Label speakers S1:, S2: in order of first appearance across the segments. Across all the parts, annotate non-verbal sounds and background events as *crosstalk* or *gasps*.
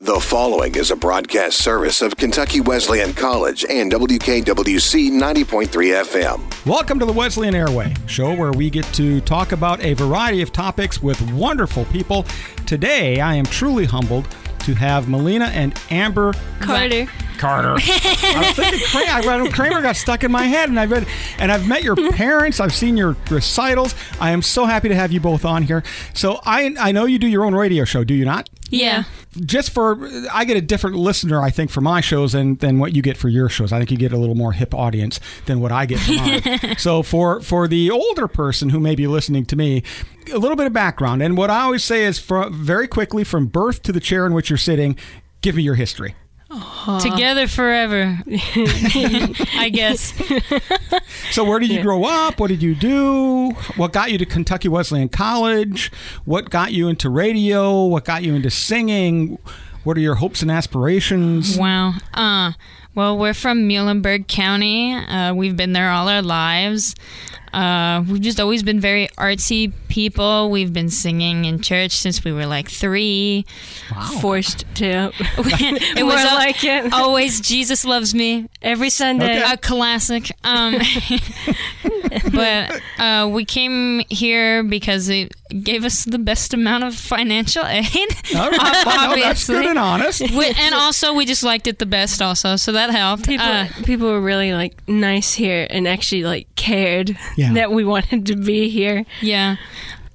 S1: The following is a broadcast service of Kentucky Wesleyan College and WKWC 90.3 FM.
S2: Welcome to the Wesleyan Airway, show where we get to talk about a variety of topics with wonderful people. Today, I am truly humbled to have Melina and Amber
S3: Carter.
S2: Carter. I was thinking Kramer, I read- Kramer got stuck in my head, and I've read, and I've met your parents. I've seen your recitals. I am so happy to have you both on here. So I I know you do your own radio show, do you not?
S3: Yeah.
S2: just for I get a different listener, I think, for my shows than than what you get for your shows. I think you get a little more hip audience than what I get for mine. so for for the older person who may be listening to me, a little bit of background. And what I always say is, for, very quickly, from birth to the chair in which you're sitting, give me your history.
S4: Together
S3: *laughs*
S4: forever, *laughs* I guess.
S2: So where did you grow up? What did you do? What got you to Kentucky Wesleyan College? What got you into radio? What got you into singing? What are your hopes and
S4: *laughs*
S2: aspirations? *laughs*
S4: Wow. Uh, well, we're from Muhlenberg County. Uh, we've been there all our lives. Uh, we've just always been very artsy people. We've been singing in church since we were like three.
S3: Forced
S4: *laughs*
S3: to.
S4: Oh.
S3: *laughs*
S4: it
S3: More
S4: al-
S3: like it.
S4: always Jesus loves me.
S3: Every Sunday.
S2: Okay.
S4: a classic. Um, *laughs* but uh, we came here because it gave us the best amount of financial aid. *laughs*
S2: All right, well, that's good
S4: obviously.
S2: and honest.
S4: We- and also, we just liked it the best, also, so that helped.
S3: People,
S4: Uh,
S3: people were really like nice here and actually like cared
S2: Yeah.
S3: that we wanted to be here.
S4: yeah.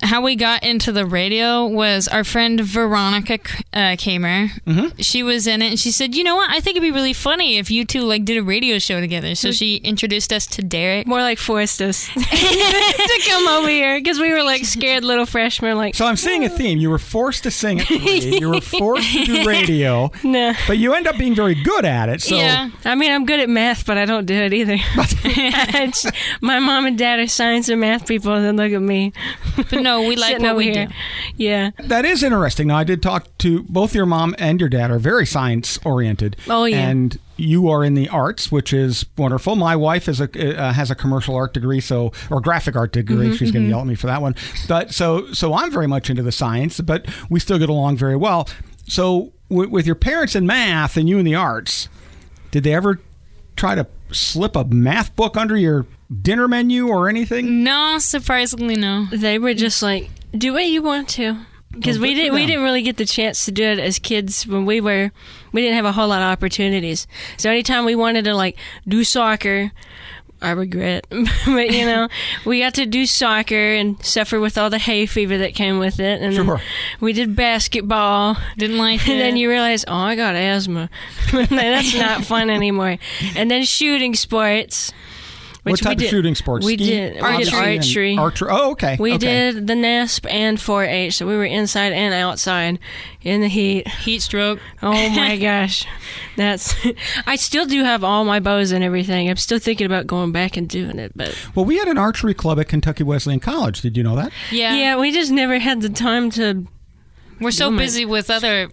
S4: How we got into the radio was our friend Veronica uh, Kamer.
S2: Mm-hmm.
S4: She was in it, and she said, "You know what? I think it'd be really funny if you two like did a radio show together."
S2: Mm.
S4: So she introduced us to Derek.
S3: More like forced us *laughs* to come over here because we were like scared little freshmen. Like,
S2: So I'm seeing a theme. You were forced to sing at three. you were forced to do radio,
S3: *laughs* nah.
S2: but you end up being very good at it. So
S4: yeah,
S3: I mean, I'm good at math, but I don't do
S4: *laughs*
S3: it either. *laughs* It's- My mom and dad are science and math people, and then look at me.
S4: but no,
S3: *laughs*
S4: we like
S3: sitting
S4: what
S3: over
S4: we
S3: here.
S4: do.
S3: Yeah.
S2: that is interesting. Now I did talk to both your mom and your dad are very science oriented.
S3: Oh, yeah.
S2: And you are in the arts, which is wonderful. My wife is a uh, has a commercial art degree, so or graphic art degree.
S3: Mm-hmm,
S2: She's going to yell at me for that one. But so so I'm very much into the science, but we still get along very well. So w- with your parents in math and you in the arts, Did they ever try to slip a math book under your dinner menu or anything?
S3: Mm,
S4: No, surprisingly, no.
S3: they were just like, "Do what you want to," because
S2: Well,
S3: we
S2: good for
S3: didn't we
S2: them.
S3: didn't really get the chance to do it as kids when we were we didn't have a whole lot of opportunities. So anytime we wanted to like do soccer. I regret, *laughs* but you
S2: *laughs*
S3: know, we got to do soccer and suffer with all the hay fever that came with it, and then
S2: Sure.
S3: we did basketball.
S4: Didn't
S2: *laughs*
S4: like it.
S3: And then you realize, oh, I got asthma. *laughs* That's not fun anymore. And then shooting sports.
S2: What
S3: which we
S2: type of
S3: did-
S2: shooting sports?
S3: We
S2: Ski,
S3: did we
S2: and
S3: did archery.
S2: Archery. Oh, okay.
S3: We
S2: okay.
S3: did the NASP and 4-H, so we were inside and outside in the heat.
S4: heat stroke. *laughs*
S3: Oh my gosh, that's. *laughs* I still do have all my bows and everything. I'm still thinking about going back and doing it, but
S2: Well, we had an archery club at Kentucky Wesleyan College. Did you know that?
S4: Yeah,
S3: yeah, we just never had the time to.
S4: We're so
S3: Oh my-
S4: busy with other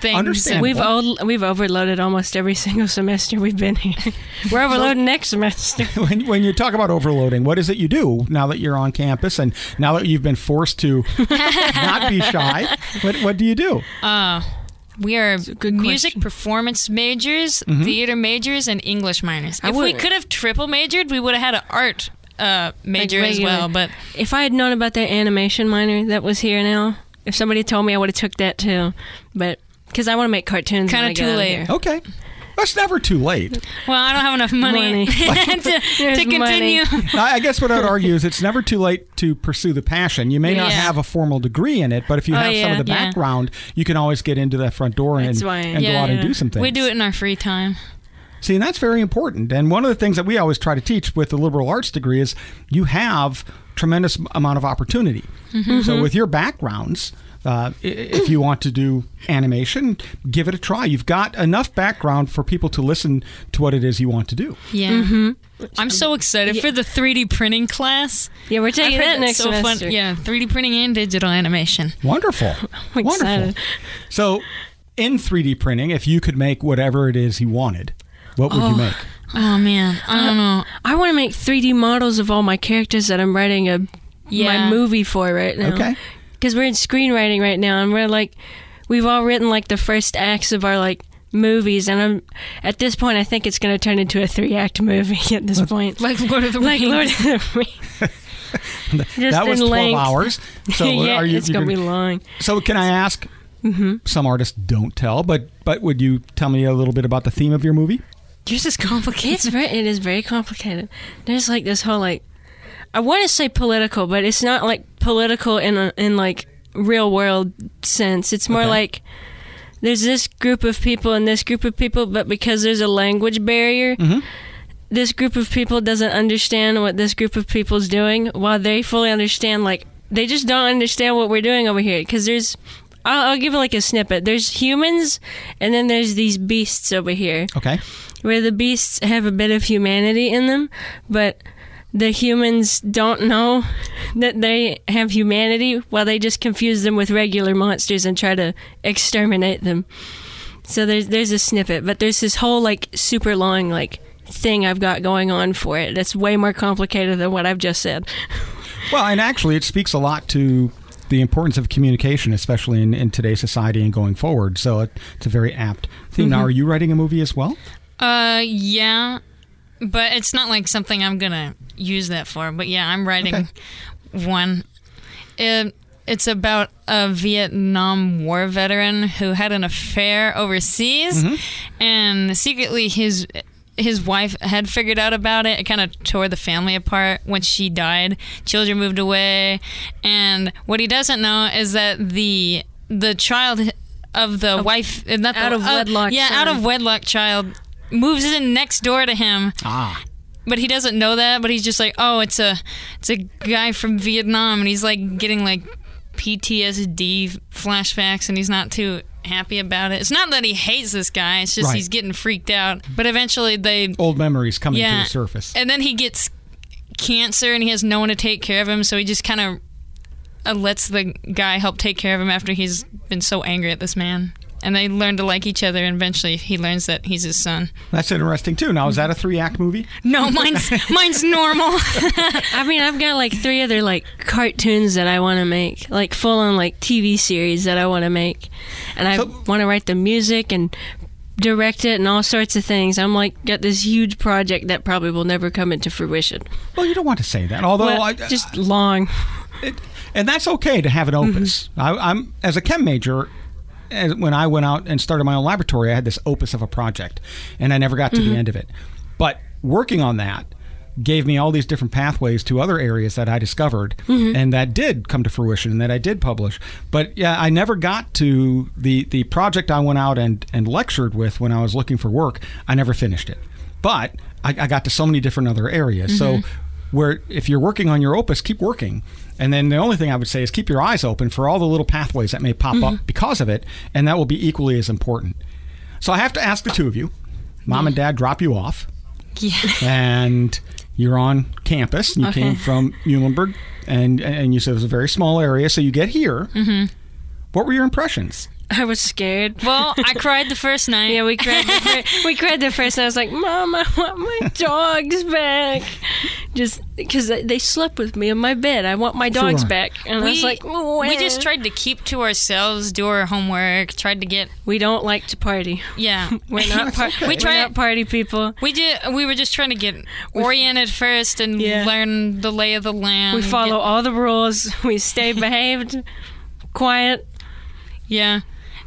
S4: things.
S2: Understand.
S4: and-
S3: We've all we've overloaded almost every *laughs* single semester we've
S4: *laughs*
S3: been here. We're overloading next semester.
S2: *laughs* When, when you talk about overloading, what is it you do now that you're on campus and now that you've been forced
S3: *laughs*
S2: to not be shy? What, what do you do?
S4: Uh, we are
S3: good
S4: music
S3: question.
S4: performance majors, theater majors, and English minors.
S3: I
S4: if we
S3: wouldn't-
S4: could have triple majored, we would have had an art uh, major as
S3: regular.
S4: well. But
S3: If I had known about that animation minor that was here now, if somebody told me, I would have took that too. But because I want to make cartoons, when
S4: Kinda
S3: I get
S4: too
S3: out of
S4: late.
S3: here.
S2: Okay. That's never too late.
S4: well, I don't have enough money, *laughs*
S3: Money.
S4: to,
S3: There's
S4: to continue.
S2: I I guess what I'd argue is it's never too late to pursue the passion. You may not
S4: Yeah.
S2: have a formal degree in it, but if you
S3: Oh,
S2: have some
S3: yeah.
S2: of the
S4: Yeah.
S2: background, you can always get into that front door and,
S3: That's why-
S2: and go
S4: Yeah,
S2: out and
S3: yeah.
S2: do some things.
S4: We do it in our free time.
S2: See, and that's very important. And one of the things that we always try to teach with the liberal arts degree is you have tremendous amount of opportunity.
S3: Mm-hmm.
S2: So with your backgrounds, uh, i- if you want to do animation, give it a try. You've got enough background for people to listen to what it is you want to do.
S4: Yeah. I'm so excited for the 3D printing class.
S3: Yeah, we're taking
S4: I heard
S3: that next
S4: that's so fun.
S3: semester.
S4: Yeah, 3D printing and digital animation.
S3: *laughs*
S2: Wonderful.
S3: I'm
S2: Wonderful.
S3: excited.
S2: So, in 3D printing, if you could make whatever it is you wanted, what would you make?
S4: Oh man, I don't know.
S3: I want to make 3D models of all my characters that I'm writing a
S4: Yeah.
S3: my movie for right now.
S2: Okay.
S3: Because we're in screenwriting right now, and we're like, we've all written like the first acts of our like movies, and I'm at this point I think it's going to turn into a three act movie *laughs* at this point.
S4: Like Lord of the
S3: Like
S4: Rings.
S3: Lord of the Rings.
S2: *laughs*
S3: Just
S2: that was
S3: in
S2: 12
S3: length. *laughs*
S2: hours. So
S3: yeah,
S2: are you,
S3: it's
S2: you
S3: gonna
S2: can-
S3: be long.
S2: So can I ask? Some artists don't tell, but but would you tell me a little bit about the theme of your movie?
S4: Yours is complicated.
S3: It's very, it is very complicated. There's like this whole like, I want to say political, but it's not like political in a, in like real world sense. It's more
S2: Okay.
S3: like there's this group of people and this group of people, but because there's a language barrier,
S4: Mm-hmm.
S3: this group of people doesn't understand what this group of people's doing, while they fully understand. Like they just don't understand what we're doing over here because there's. I'll, I'll give it like a snippet. There's humans, and then there's these beasts over here
S2: Okay.
S3: where the beasts have a bit of humanity in them, but the humans don't know that they have humanity while they just confuse them with regular monsters and try to exterminate them. So there's there's a snippet, but there's this whole like super long like thing I've got going on for it. That's way more complicated than what I've just said. *laughs*
S2: Well, and actually, it speaks a lot to the importance of communication, especially in, in today's society and going forward. So it, it's a very apt theme. Now, are you writing a movie as well?
S4: Uh, yeah, but it's not like something I'm gonna use that for. But yeah, I'm writing
S2: Okay.
S4: one. It, it's about a Vietnam War veteran who had an affair overseas,
S3: Mm-hmm.
S4: and secretly his his wife had figured out about it. It kind of tore the family apart when she died. Children moved away, and what he doesn't know is that the the child of the wife, not the,
S3: out of
S4: uh,
S3: wedlock
S4: yeah, out
S3: son.
S4: of wedlock child moves in next door to him
S2: Ah,
S4: but he doesn't know that but he's just like oh it's a it's a guy from vietnam and he's like getting like ptsd flashbacks and he's not too happy about it it's not that he hates this guy it's just
S2: Right.
S4: he's getting freaked out but eventually they
S2: old memories coming to
S4: yeah
S2: the surface.
S4: and then he gets cancer and he has no one to take care of him so he just kind of uh, lets the guy help take care of him after he's been so angry at this man and they learn to like each other and eventually he learns that he's his son
S2: That's interesting too. Now, is that a three act movie?
S4: no mine's *laughs* mine's normal *laughs*
S3: I mean, I've got like three other like cartoons that I want to make, like full on like TV series that I want to make, and I
S2: So-
S3: want to write the music and direct it and all sorts of things. I'm like got this huge project that probably will never come into fruition.
S2: Well, you don't want to say that. Although,
S3: Well,
S2: Oh, I,
S3: just long. *laughs*
S2: it, and that's okay to have an opus. I, I'm as a chem major. As, when I went out and started my own laboratory, I had this opus of a project, and I never got to the end of it. But working on that gave me all these different pathways to other areas that I discovered, and that did come to fruition, and that I did publish. But yeah, I never got to the the project I went out and and lectured with when I was looking for work. I never finished it, but I, I got to so many different other areas. So where if you're working on your opus, keep working. And then the only thing I would say is keep your eyes open for all the little pathways that may pop up because of it, and that will be equally as important. So I have to ask the two of you. Mom and dad drop you off,
S4: yeah
S2: and you're on campus, and you came from Muhlenberg, and, and you said it was a very small area, so you get here. What were your impressions?
S3: I was scared.
S4: Well, I cried the first night.
S3: Yeah,
S4: *laughs*
S3: we cried. The
S2: *laughs*
S3: fir- we cried the first. And I was like, "Mom, I want my dogs back," just because they slept with me in my bed. I want my dogs
S2: Sure.
S3: back, and I was like,
S4: we just
S3: "Wah."
S4: tried to keep to ourselves, do our homework, tried to get
S3: We don't like to party.
S4: yeah.
S3: *laughs* We're not par- we
S4: We
S3: try
S4: try-
S3: not party people.
S4: We did. We were just trying to get oriented first and
S3: Yeah.
S4: learn the lay of the land.
S3: We follow all the rules. *laughs* We stay behaved, quiet.
S4: Get- yeah.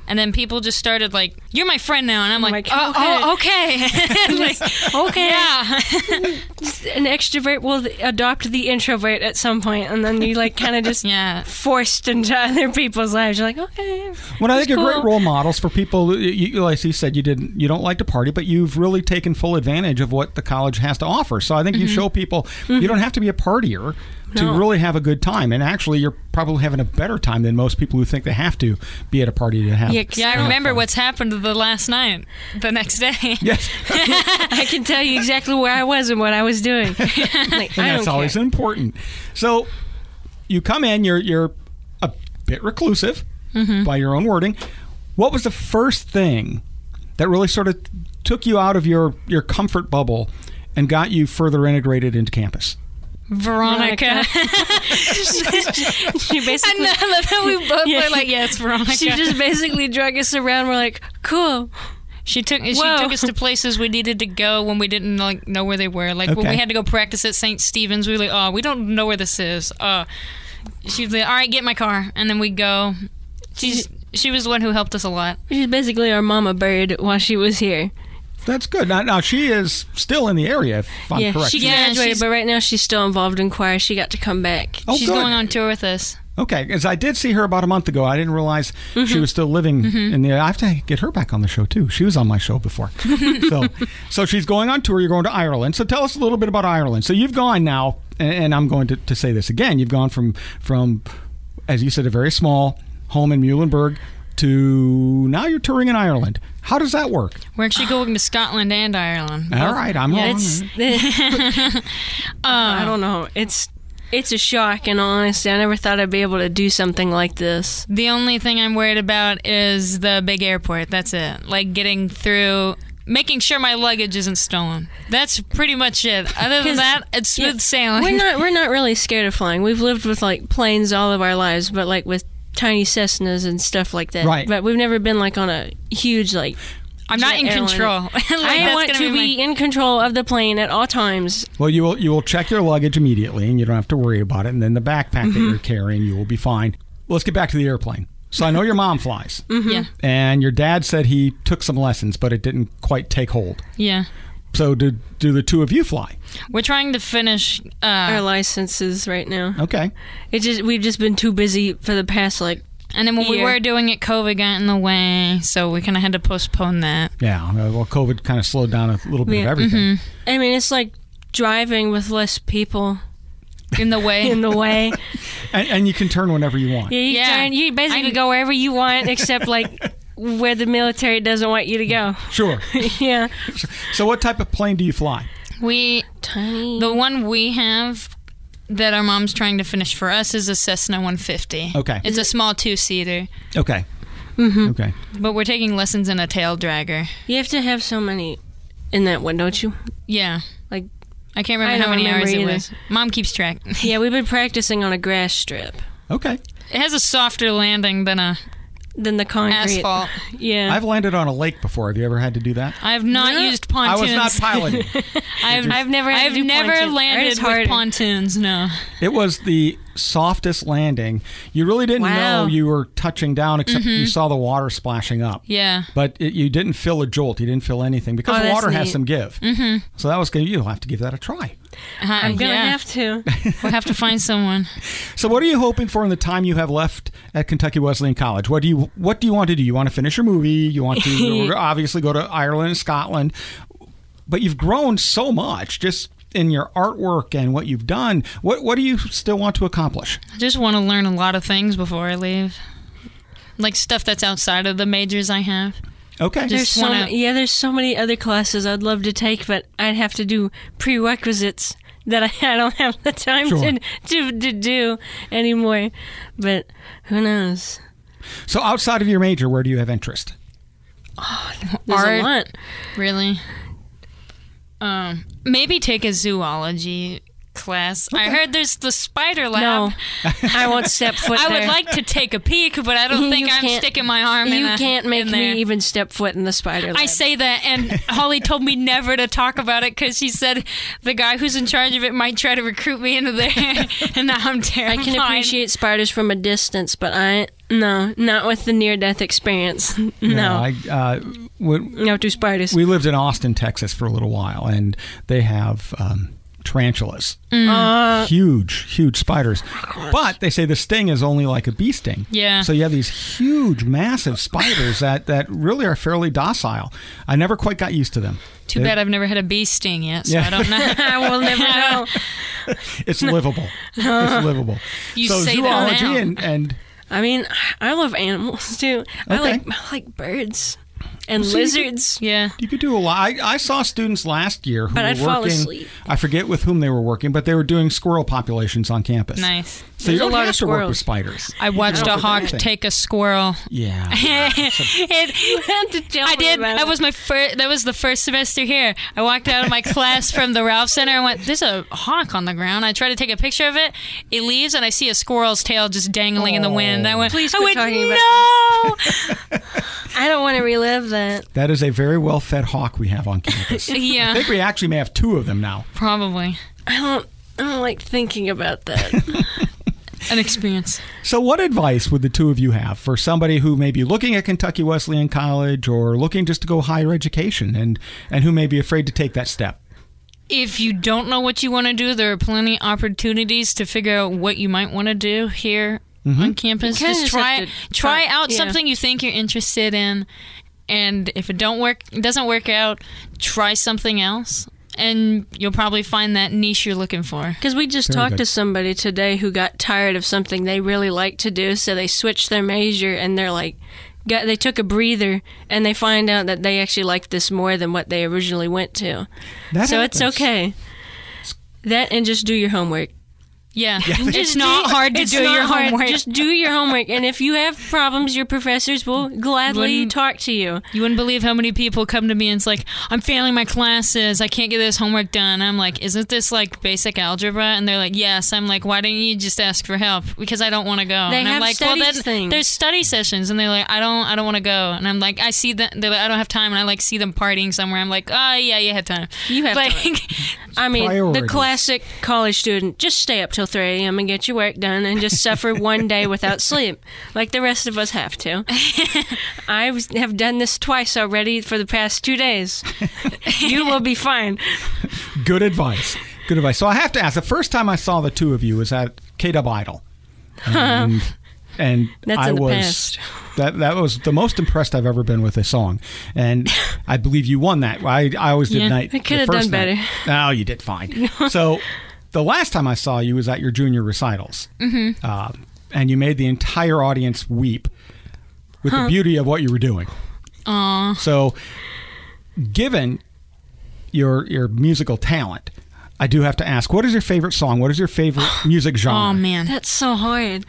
S4: And then people just started like, "You're my friend now," and I'm like,
S3: like,
S4: "Oh, oh,
S3: *laughs*
S4: okay." *laughs* Like, *laughs*
S3: Okay.
S4: yeah.
S3: An extrovert will adopt the introvert at some point, and then you like kind of
S4: *laughs*
S3: just
S4: Yeah.
S3: forced into other people's lives. You're like, okay.
S2: Well, I think you're
S3: cool.
S2: great role models for people. You, you, like you said, you didn't, you don't like to party, but you've really taken full advantage of what the college has to offer. So I think you show people you don't have to be a partier to
S3: Mm-hmm. No.
S2: really have a good time. And actually, you're probably having a better time than most people who think they have to be at a party to have.
S3: Yeah,
S4: Yeah, I remember what's happened the last night, the next day.
S2: *laughs* Yes,
S3: *laughs* I can tell you exactly where I was and what I was doing. Like,
S2: and
S3: I
S2: that's
S3: don't
S2: always
S3: care.
S2: important. So you come in, you're you're a bit reclusive
S3: Mm-hmm.
S2: by your own wording. What was the first thing that really sort of took you out of your your comfort bubble and got you further integrated into campus?
S4: *laughs* Veronica.
S3: *laughs*
S4: *laughs*
S3: she
S4: I *laughs*
S3: basically
S4: know, I
S3: *laughs*
S4: love how we both
S3: Yeah.
S4: were like, yes, Veronica.
S3: she just basically drug us around. We're like, cool.
S4: She took she
S3: Whoa.
S4: took us to places we needed to go when we didn't like know where they were. Like when
S2: Okay.
S4: we had to go practice at St. Stephen's, we were like, "Oh, we don't know where this is." Uh, she'd be like, "All right, get in my car," and then we would go. She's she was the one who helped us a lot.
S3: She's basically our mama bird while she was here.
S2: That's good. Now, now she is still in the area, if I'm
S3: yeah,
S2: correct.
S3: she
S4: Yeah,
S3: graduated,
S4: she's-
S3: but right now she's still involved in choir. She got to come back.
S2: oh,
S4: She's
S2: good.
S4: going on tour with us.
S2: Okay, because I did see her about a month ago. I didn't realize she was still living in the. I have to get her back on the show too. She was on my show before, so so she's going on tour. You're going to Ireland. So tell us a little bit about Ireland. So you've gone now, and, and I'm going to, to say this again. You've gone from from, as you said, a very small home in Muhlenberg to now you're touring in Ireland. How does that work?
S4: We're actually going to Scotland and Ireland.
S2: All right, I'm on.
S3: It's. I don't know. It's. It's a shock, and honestly, I never thought I'd be able to do something like this.
S4: The only thing I'm worried about is the big airport. That's it. Like getting through, making sure my luggage isn't stolen. That's pretty much it. Other than
S3: *laughs* 'Cause-
S4: that, it's smooth
S3: Yeah.
S4: sailing.
S3: We're not. We're not really scared of flying. We've lived with like planes all of our lives, but like with tiny Cessnas and stuff like that.
S2: Right.
S3: But we've never been like on a huge like.
S4: *laughs* I'm not
S3: jet
S4: in
S3: airliner.
S4: control. *laughs* Like,
S3: I
S4: that's
S3: want
S4: gonna
S3: to
S4: my-
S3: be in control of the plane at all times.
S2: Well, you will you will check your luggage immediately, and you don't have to worry about it. And then the backpack that you're carrying, you will be fine. Let's get back to the airplane. So I know your mom flies,
S4: Yeah.
S3: Mm-hmm.
S2: and your dad said he took some lessons, but it didn't quite take hold.
S4: Yeah.
S2: So do do the two of you fly?
S4: We're trying to finish.
S3: Our
S4: Uh,
S3: licenses right now.
S2: Okay,
S3: It just we've just been too busy for the past like
S4: and then when we
S3: year.
S4: were doing it, COVID got in the way. So we kind of had to postpone that.
S2: yeah. uh, Well, COVID kind of slowed down a little bit of
S3: Yeah,
S2: everything.
S3: I mean it's like driving with less people
S4: In the way.
S3: *laughs* in the way.
S2: And, and you can turn whenever you want.
S3: Yeah, you
S4: Yeah.
S3: turn- you basically
S4: I'm-
S3: go wherever you want except like where the military doesn't want you to go. *laughs*
S2: Sure.
S3: yeah.
S2: So what type of plane do you fly?
S4: we.
S3: Tiny.
S4: The one we have that our mom's trying to finish for us is a Cessna 150.
S2: Okay.
S4: It's a small two seater,
S2: Okay. Okay.
S4: but we're taking lessons in a tail dragger.
S3: You have to have so many in that one, don't you?
S4: Yeah.
S3: Like
S4: I can't
S3: I
S4: remember how
S3: don't
S4: many hours
S3: remember
S4: it
S3: either.
S4: was. Mom keeps track. *laughs* it
S3: yeah, we've been practicing on a grass strip
S2: Okay.
S4: has a softer landing than a
S3: than the concrete.
S4: asphalt.
S3: Yeah.
S2: I've landed on a lake before. Have you ever had to do that?
S4: I have not
S3: No.
S4: used
S2: I
S4: pontoons.
S2: was not piloting.
S4: I've,
S3: I've never had to
S4: I've
S3: do
S4: never
S3: pontoons. Ours
S4: landed
S3: is
S4: with
S3: harder.
S4: pontoons. No.
S2: It was the softest landing. You really didn't
S3: Wow. Mm-hmm.
S2: know you were touching down, except you saw the water splashing up.
S4: Yeah.
S2: But it, you didn't feel a jolt. You didn't feel anything because
S3: Oh,
S2: the
S3: that's
S2: water has
S3: neat.
S2: some give. Mm-hmm. So that was good. You'll have to give that a try.
S4: I'm
S3: gonna Uh-huh, have to.
S4: We'll have to find someone.
S2: So, what are you hoping for in the time you have left at Kentucky Wesleyan College? What do you What do you want to do? You want to finish your movie. You want
S3: *laughs*
S2: to obviously go to Ireland and Scotland. But you've grown so much just in your artwork and what you've done. What What do you still want to accomplish?
S4: I just want to learn a lot of things before I leave, like stuff that's outside of the majors I have.
S2: Okay.
S3: There's so
S4: wanna-
S3: ma- yeah, there's so many other classes I'd love to take, but I'd have to do prerequisites that I, *laughs* I don't have the time
S2: Sure.
S3: to, to to do anymore. But who knows?
S2: So outside of your major, where do you have interest?
S3: There's
S4: Art.
S3: a lot.
S4: Really? Um, maybe take a zoology class. I heard there's the spider lab.
S3: No, *laughs* I won't step foot
S4: I
S3: there.
S4: would like to take a peek, but I don't think
S3: *laughs* You
S4: I'm
S3: can't-
S4: sticking my arm in.
S3: You
S4: a-
S3: can't make
S4: in
S3: me
S4: there.
S3: even step foot in the spider. Lab.
S4: I say that, and
S3: *laughs*
S4: Holly told me never to talk about it because she said the guy who's in charge of it might try to recruit me into there, *laughs* and now I'm
S3: I
S4: terrified.
S3: can appreciate spiders from a distance, but I no, not with the near death experience. *laughs* No,
S2: I, uh, when,
S3: no to spiders.
S2: we lived in Austin, Texas, for a little while, and they have um, tarantulas,
S4: Mm.
S2: huge, huge spiders. But they say the sting is only like a bee sting.
S4: Yeah.
S2: So you have these huge, massive spiders that that really are fairly docile. I never quite got used to them.
S4: Too bad I've never had a bee sting yet, so
S2: Yeah.
S4: I don't know. *laughs*
S3: I
S2: *laughs*
S3: will never know.
S2: It's livable. it's
S4: *laughs*
S2: livable.
S4: You
S2: so
S4: say that
S2: zoology
S4: now.
S2: and and
S3: I mean, I love animals too. I
S2: Okay.
S3: like I like birds. and lizards.
S4: *laughs*
S3: *laughs*
S4: Yeah.
S2: You could do a lot. I, I saw students last year who
S3: But
S2: were
S3: I'd
S2: working.
S3: fall asleep.
S2: I forget with whom they were working, but they were doing squirrel populations on campus.
S4: Nice.
S2: So you
S3: There's a
S2: don't
S3: lot
S2: have
S3: of
S2: to work with
S3: squirrels.
S2: spiders.
S3: *laughs*
S4: I watched a
S2: don't
S4: hawk
S2: think.
S4: take a squirrel.
S2: Yeah.
S4: *laughs* It-
S3: have to tell
S4: I
S3: me
S4: did.
S3: about
S4: That
S3: it.
S4: was my first. That was the first semester here. I walked out of my class from the Ralph Center and went, "There's a hawk on the ground." I tried to take a picture of it. It leaves, and I see a squirrel's tail just dangling in the wind.
S2: Oh.
S4: I went,
S3: Please
S4: I
S3: quit
S4: went,
S3: talking about *laughs*
S4: no.
S3: I don't want to relive that.
S2: that is a very well fed hawk we have on
S3: *laughs*
S2: campus. I
S4: yeah,
S2: think we actually may have two of them now.
S4: probably
S3: I don't. I don't like thinking about
S4: *laughs*
S3: that.
S4: an experience.
S2: So, what advice would the two of you have for somebody who may be looking at Kentucky Wesleyan College or looking just to go higher education and, and who may be afraid to take that step?
S4: If you don't know what you want to do, there are plenty opportunities to figure out what you might want to do here on campus.
S3: You kinda
S4: Just,
S3: just
S4: try
S3: have to
S4: try
S3: try-
S4: out
S3: yeah.
S4: something you think you're interested in, and if it don't work it doesn't work out, try something else, and you'll probably find that niche you're looking for.
S3: Because we just
S2: Very
S3: talked
S2: good.
S3: to somebody today who got tired of something they really like to do, so they switched their major and they're like, got, they took a breather and they find out that they actually like this more than what they originally went to.
S2: That
S3: so it's
S2: happens.
S3: okay. That and just do your homework.
S4: Yeah, it's
S3: Just
S4: not hard to
S3: it's
S4: do
S3: not
S4: your
S3: hard.
S4: homework.
S3: Just do your homework, and if you have problems, your professors will gladly
S4: Wouldn't-
S3: talk to you.
S4: you wouldn't believe how many people come to me and it's like, I'm failing my classes. I can't get this homework done. I'm like, isn't this like basic algebra? And they're like, yes. I'm like, why didn't you just ask for help? Because I don't want to go.
S3: They
S4: and I'm
S3: have
S4: like, well,
S3: studies
S4: then
S3: things.
S4: there's study sessions, and they're like, I don't, I don't want to go. And I'm like, I see that. They're like, I don't have time. And I like see them partying somewhere. I'm like, oh yeah, you had time.
S3: You have
S4: like, *laughs*
S3: time. I mean,
S2: Priorities.
S3: the classic college student just stay up till 3 a.m. and get your work done and just
S4: *laughs*
S3: suffer one day without sleep, like the rest of us have to. I was- have done this twice already for the past two days.
S4: *laughs*
S3: you will be fine.
S2: Good advice. Good advice. So I have to ask. The first time I saw the two of you was at K Dub Idol, and, and
S3: That's
S2: I
S3: in the
S2: was
S3: past.
S2: that that was the most impressed I've ever been with a song,
S3: *laughs*
S2: and I believe you won that. I I always did
S4: Yeah,
S2: night.
S3: I could
S2: the
S3: have
S2: first
S3: done
S2: night. No, you did
S3: *laughs*
S2: fine. so the last time I saw you was at your junior recitals, mm-hmm. uh, and you made the entire audience weep with the beauty of what you were doing.
S4: Aw.
S2: So, given your your musical talent, I do have to ask, what is your favorite song? What is your
S3: *gasps*
S2: favorite music genre?
S4: Oh man,
S3: That's so hard.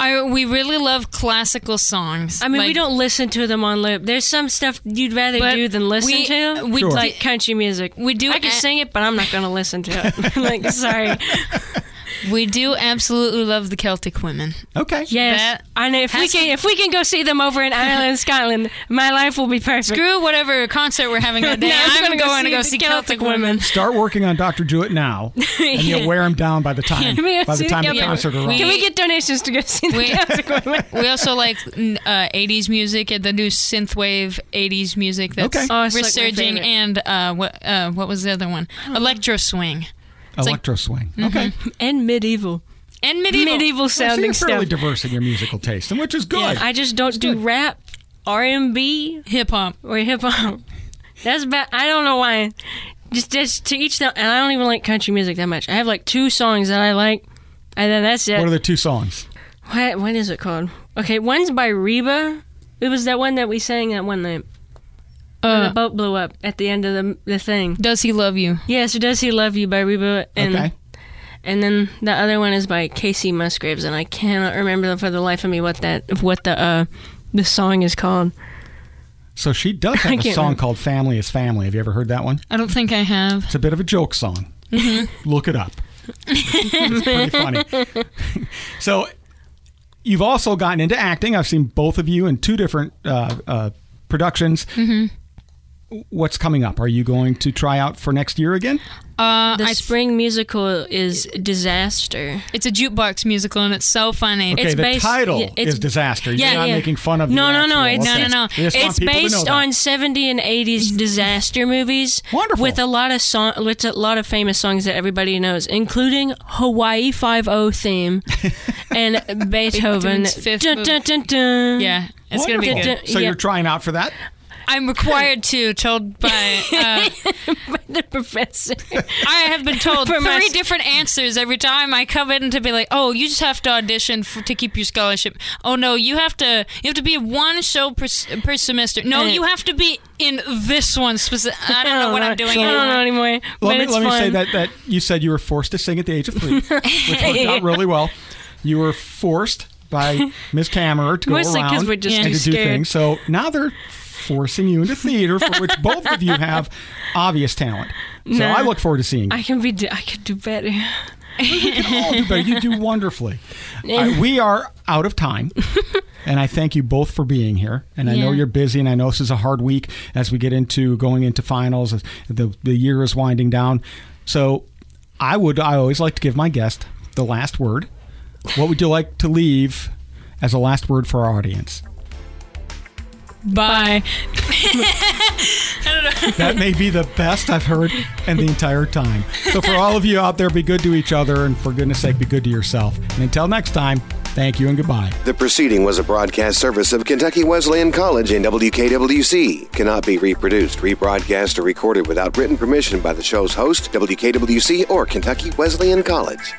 S4: I we really love classical songs.
S3: I mean, we
S4: Like-
S3: don't listen to them on loop. There's some stuff you'd rather
S4: But
S3: do than listen
S4: we-
S3: to.
S4: we Sure.
S3: like
S4: do-
S3: country music.
S4: we do
S3: I can
S4: a-
S3: sing it, but I'm not going to listen to it. *laughs* like,
S4: *laughs*
S3: sorry.
S4: we do absolutely love the Celtic women.
S2: Okay.
S3: Yes,
S4: That
S3: I know. If we
S4: has
S3: can,
S4: to-
S3: if we can go see them over in Ireland, Scotland, my life will be perfect.
S4: Screw whatever concert we're having that day.
S3: No,
S4: I'm,
S3: gonna
S4: going to go
S3: the
S4: see Celtic, women.
S2: Start working on Dr. Jewett
S3: *laughs*
S2: now, and you'll wear him down by the time
S3: Can we go
S2: by the
S3: see
S2: time the
S3: Celtic
S2: concert
S4: Women?
S2: arrives.
S3: Can we get donations to go see the
S4: We-
S3: Celtic women?
S4: *laughs* We also like n- uh, 80s music and the new synthwave 80s music that's
S2: Okay.
S3: Oh, it's like my
S4: resurging.
S3: favorite.
S4: and uh, what uh, what was the other one? Electro swing like-
S2: Electro swing.
S3: Mm-hmm.
S2: Okay.
S3: And medieval,
S4: and medieval.
S3: medieval
S2: So
S3: sounding
S2: you're fairly
S3: stuff.
S2: diverse in your musical taste, and which is good.
S3: I just don't do rap, R and B,
S4: hip hop.
S3: or hip hop. That's about. I don't know why. Just, just to each their. And I don't even like country music that much. I have like two songs that I like, and then that's it.
S2: what are the two songs?
S3: What what is it called? Okay, one's by Reba. It was that one that we sang that one night. when the
S4: Uh,
S3: boat blew up at the end of the the thing.
S4: Does he love you?
S3: Yeah, so does he love you by Reba and
S2: okay.
S3: and then the other one is by Casey Musgraves and I cannot remember for the life of me what that what the uh the song is called.
S2: So she does
S3: *laughs* I
S2: have a song
S3: can't remember.
S2: called "Family Is Family." Have you ever heard that one?
S4: I don't think I have.
S2: It's a bit of a joke song.
S3: Mm-hmm.
S2: Look it up. it's pretty funny.
S3: *laughs*
S2: so, you've also gotten into acting. I've seen both of you in two different uh, uh, productions.
S3: Mm-hmm.
S2: What's coming up? Are you going to try out for next year again?
S4: Uh,
S3: The
S4: I,
S3: spring musical is disaster.
S4: it's a jukebox musical and it's so funny.
S2: Okay,
S3: It's
S2: the
S3: based-
S2: title
S3: yeah, it's-
S2: is disaster. You're
S4: yeah,
S2: not
S3: yeah.
S2: making fun of.
S3: No,
S2: the
S3: no, no,
S2: actual-
S3: it's
S2: okay.
S4: no, no, no.
S2: We just want
S3: It's
S2: people to know
S3: based
S2: that.
S3: on 70 and 80s disaster movies.
S2: Wonderful.
S3: With a lot of song, with a lot of famous songs that everybody knows, including Hawaii Five
S2: *laughs*
S3: O theme and Beethoven.
S4: Beethoven's fifth
S3: Dun, dun, dun, dun.
S4: yeah, it's gonna be
S2: Wonderful.
S4: good.
S3: good.
S2: So
S3: Yeah.
S2: you're trying out for that?
S4: I'm required to, told by. Uh,
S3: by *laughs* the professor.
S4: I have been told
S3: *laughs* For
S4: three
S3: my-
S4: different answers every time I come in to be like, oh, you just have to audition for, to keep your scholarship. Oh no, you have to you have to be at one show per, s- per semester. No,
S3: Uh,
S4: you have to be in this one specific. I don't know what I'm doing.
S3: I don't know
S4: anymore.
S3: anymore. but
S2: Let me,
S3: it's
S2: let me
S3: fun.
S2: say that, that you said you were forced to sing at the age of three, which worked
S3: *laughs*
S2: out really well. You were forced by Ms. Kammerer to go
S3: Mostly 'cause
S2: around
S3: we're just
S2: and
S3: too
S2: to do
S3: scared.
S2: things. So now they're forcing you into theater, for which both of you have obvious talent. So
S3: No.
S2: I look forward to seeing you.
S3: I can be. d- I can do better.
S2: all do better. Oh, You do wonderfully. All right, we are out of time. And I thank you both for being here. And I know
S4: Yeah.
S2: you're busy, and I know this is a hard week as we get into going into finals. as The, the year is winding down. So I would, I always like to give my guest the last word. What would you like to leave as a last word for our audience?
S4: Bye.
S2: That may be the best I've heard in the entire time. So for all of you out there, be good to each other, and for goodness sake, be good to yourself. And until next time, thank you and goodbye.
S1: The proceeding was a broadcast service of Kentucky Wesleyan College and WKWC. Cannot be reproduced, rebroadcast, or recorded without written permission by the show's host, WKWC, or Kentucky Wesleyan College.